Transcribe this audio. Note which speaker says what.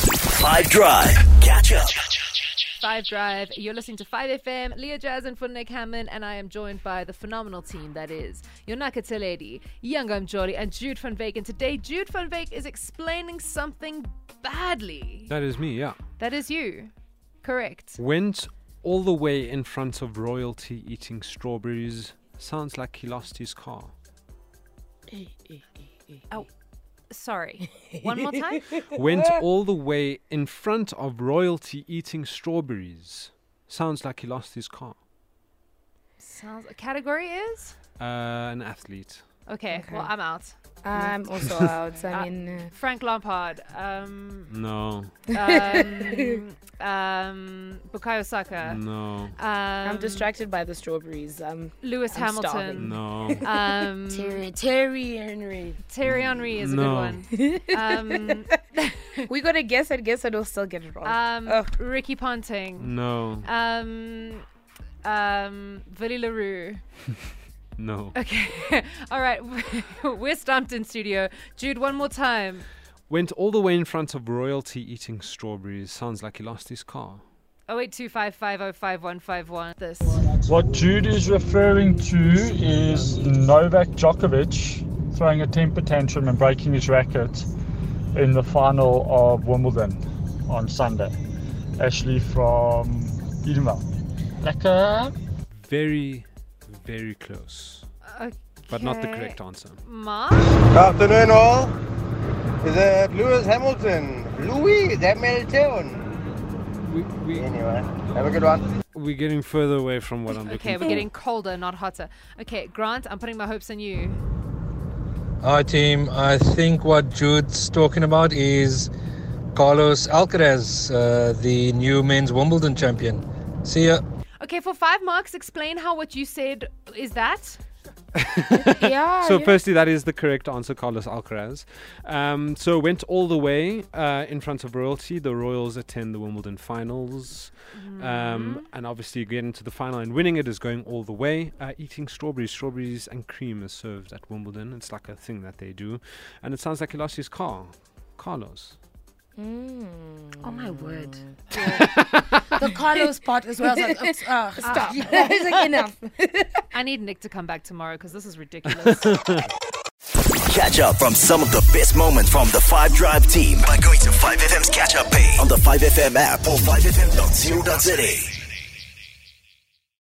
Speaker 1: Five Drive. Catch up.
Speaker 2: Five Drive. You're listening to Five FM. Leah Jazz and Funnek Hammond, and I am joined by the phenomenal team that is Yonaka Teledi, Youngam Jolly, and Jude Van Veek. And today, Jude Van Veek is explaining something badly.
Speaker 3: That is me, yeah.
Speaker 2: That is you, correct?
Speaker 3: Went all the way in front of royalty eating strawberries. Sounds like he lost his car.
Speaker 2: Sorry. One more time.
Speaker 3: Went all the way in front of royalty eating strawberries. Sounds like he lost his car.
Speaker 2: Sounds. Category is
Speaker 3: Uh, an athlete.
Speaker 2: okay. Well, I'm out.
Speaker 4: I'm also out. I mean, uh,
Speaker 2: Frank Lampard. Um.
Speaker 3: No,
Speaker 2: Um. um Bukayo Saka.
Speaker 3: no,
Speaker 2: Um,
Speaker 4: I'm distracted by the strawberries. Um,
Speaker 2: Lewis
Speaker 4: I'm
Speaker 2: Hamilton.
Speaker 3: no.
Speaker 2: Um,
Speaker 4: Terry, Terry Henry.
Speaker 2: Terry Henry is
Speaker 3: No.
Speaker 2: a good one. Um,
Speaker 4: We got to guess and guess, and we'll still get it wrong.
Speaker 2: um,
Speaker 4: Oh.
Speaker 2: Ricky Ponting.
Speaker 3: No,
Speaker 2: Um, um, Villy LaRue.
Speaker 3: no.
Speaker 2: Okay. All right. We're stumped in studio. Jude, one more time.
Speaker 3: Went all the way in front of royalty eating strawberries. Sounds like he lost his car.
Speaker 2: 0825505151. This.
Speaker 5: What Jude is referring to is Novak Djokovic throwing a temper tantrum and breaking his racket in the final of Wimbledon on Sunday. Ashley from Edinburgh. Lekker.
Speaker 3: Very, very close,
Speaker 2: Okay.
Speaker 3: but not the correct answer.
Speaker 2: Mark?
Speaker 6: Afternoon, all. Is it Lewis Hamilton? Louis, that made it down.
Speaker 3: We, we,
Speaker 6: Anyway, have a good one.
Speaker 3: we're getting further away from what I'm looking
Speaker 2: Okay,
Speaker 3: for.
Speaker 2: we're getting colder, not hotter. Okay, Grant, I'm putting my hopes on you.
Speaker 7: Hi, team. I think what Jude's talking about is Carlos Alcaraz, uh, the new men's Wimbledon champion. See ya.
Speaker 2: Okay, for five marks, explain how what you said is that?
Speaker 4: yeah.
Speaker 3: So,
Speaker 4: yeah.
Speaker 3: firstly, that is the correct answer, Carlos Alcaraz. Um, so, went all the way uh, in front of royalty. The Royals attend the Wimbledon finals.
Speaker 2: Mm-hmm.
Speaker 3: Um, and obviously, getting to the final and winning it is going all the way. Uh, eating strawberries. Strawberries and cream is served at Wimbledon. It's like a thing that they do. And it sounds like he lost his car. Carlos.
Speaker 8: Oh my word. the Carlos part as well. I was like, uh, stop. It's like, enough.
Speaker 2: I need Nick to come back tomorrow because this is ridiculous.
Speaker 1: Catch up from some of the best moments from the Five Drive team by going to 5FM's catch up page on the 5FM app or 5FM.co.za.